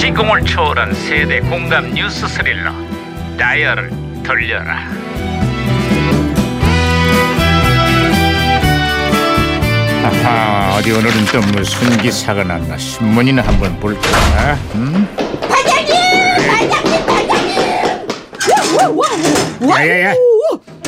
감동을 초월한 세대 공감 뉴스 스릴러 다이얼을 돌려라 아하 어디 오늘은 또 무슨 기사가 났나 신문이나 한번 볼까 응? 야야야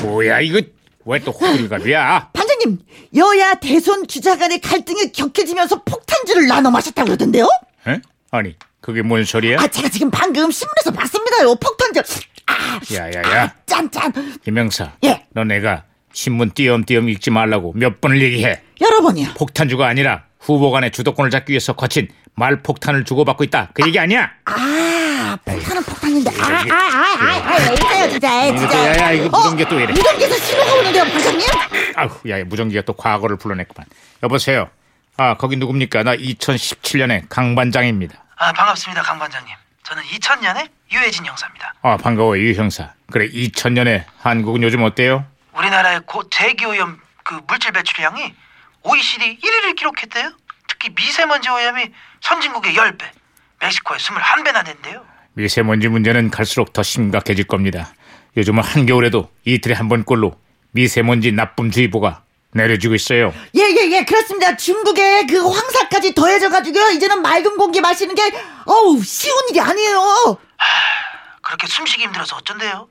뭐야 이거 왜 또 호들갑이야 반장님 여야 대선 주자 간의 갈등이 격해지면서 폭탄주를 나눠 마셨다고 그러던데요? 응? 아니 그게 뭔 소리야 아 제가 지금 방금 신문에서 봤습니다요 폭탄주 아, 야야야 짠짠 김영사 예. 너 내가 신문 띄엄띄엄 읽지 말라고 몇 번을 얘기해 여러 번이요 폭탄주가 아니라 후보 간의 주도권을 잡기 위해서 거친 말폭탄을 주고받고 있다. 그 얘기 아니야? 아 폭탄은 폭탄인데 아아아아아 이거요 진짜 예, 이거 진짜 야, 야, 이거 무전기가 또왜 이래? 무전기에서 신호가 오는데요 반장님 아우, 야, 무전기가 또 과거를 불러냈구만. 여보세요. 아, 거기 누굽니까? 나 2017년에 강반장입니다. 아 반갑습니다 강 반장님. 저는 2000년에 유해진 형사입니다. 아, 반가워요, 유 형사. 그래, 2000년에 한국은 요즘 어때요? 우리나라의 고 대기오염 그 물질 배출량이 OECD 1위를 기록했대요. 특히 미세먼지 오염이 선진국의 10배, 멕시코의 21배나 된대요. 미세먼지 문제는 갈수록 더 심각해질 겁니다. 요즘은 한겨울에도 이틀에 한 번꼴로 미세먼지 나쁨주의보가 내려지고 있어요. 예예예 그렇습니다 중국에 그 황사까지 더해져가지고요 이제는 맑은 공기 마시는 게 어우 쉬운 일이 아니에요 그렇게 숨쉬기 힘들어서 어쩐대요?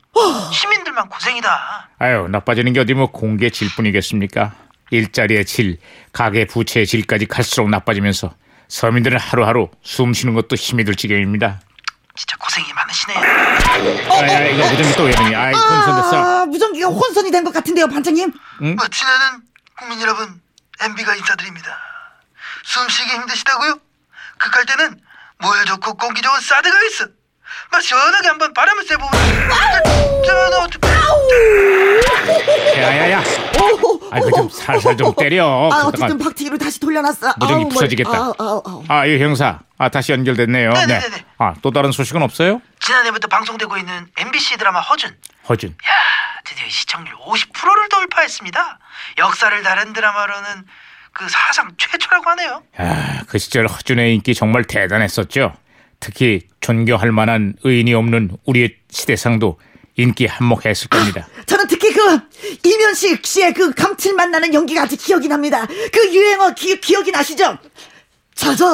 시민들만 고생이다. 아유 나빠지는 게 어디 뭐 공기의 질뿐이겠습니까? 일자리의 질, 가계 부채의 질까지 갈수록 나빠지면서 서민들은 하루하루 숨쉬는 것도 힘이 들 지경입니다. 진짜 고생이 많으시네요. 아야 이거 무전기 또왜 이러니? 아이 혼선됐어. 아, 무전기가 혼선이 된 것 같은데요, 반장님. 멋지나는 어, 국민 여러분, MB가 인사드립니다. 숨쉬기 힘드시다고요? 극할 때는 물 좋고 공기 좋은 사드가 있어. 막 시원하게 한번 바람을 쐬보면. 저는 어떻게? 야야야. 아이고 좀 살살 좀 때려. 아, 그동안. 어쨌든 박치기로 다시 돌려놨어. 무전기 아우, 머리. 부서지겠다. 아우, 아우, 아우. 아, 이 형사. 아, 다시 연결됐네요. 네네네네. 아또 다른 소식은 없어요? 지난해부터 방송되고 있는 MBC 드라마 허준. 허준. 야, 드디어 이 시청률 50%를 돌파했습니다. 역사를 다른 드라마로는 그 사상 최초라고 하네요. 아, 그 시절 허준의 인기 정말 대단했었죠. 특히 존경할 만한 의인이 없는 우리의 시대상도 인기 한몫했을 겁니다. 저는 특히 그 이면식 씨의 그 감칠맛 나는 연기가 아직 기억이 납니다. 그 유행어 기, 기억이 나시죠? 자자,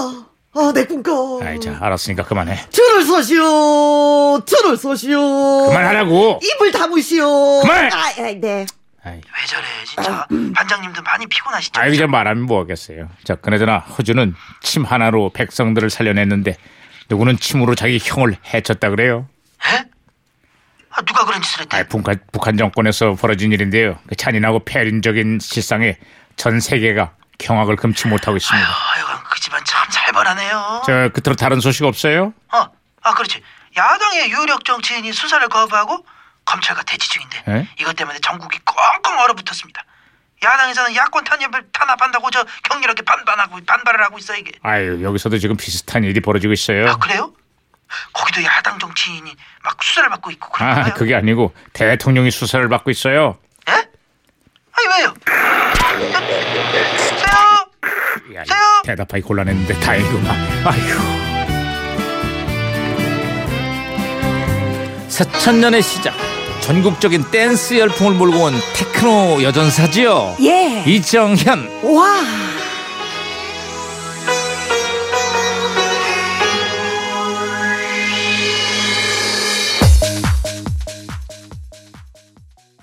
아, 내 꿈꿔. 아이 자 알았으니까 그만해 줄을 서시오, 줄을 서시오. 그만하라고 입을 다무시오. 그만! 아, 아, 네. 아이, 왜 저래, 진짜. 반장님도 많이 피곤하시죠? 아이 그저 말하면 뭐하겠어요 자 그나저나 허준은 침 하나로 백성들을 살려냈는데 누구는 침으로 자기 형을 해쳤다 그래요 에? 아, 누가 그런 짓을 아이 했대? 북한, 북한 정권에서 벌어진 일인데요 그 잔인하고 폐륜적인 실상에 전 세계가 경악을 금치 못하고 있습니다 하여간 그 집안 참 살벌하네요. 저 그토록 다른 소식 없어요? 어, 아 그렇지. 야당의 유력 정치인이 수사를 거부하고 검찰과 대치 중인데 에? 이것 때문에 전국이 꽁꽁 얼어붙었습니다. 야당에서는 야권 탄압을 탄압한다고 저 격렬하게 반발하고 반발을 하고 있어 이게. 아유 여기서도 지금 비슷한 일이 벌어지고 있어요 아 그래요? 거기도 야당 정치인이 막 수사를 받고 있고 아 그런가요? 그게 아니고 대통령이 수사를 받고 있어요 에? 아니 왜요? 세요. 야, 이 저요! 대답하기 곤란했는데 다행이구만. 아휴. 2000년의 시작 전국적인 댄스 열풍을 몰고 온 테크노 여전사지요 예. 이정현 와.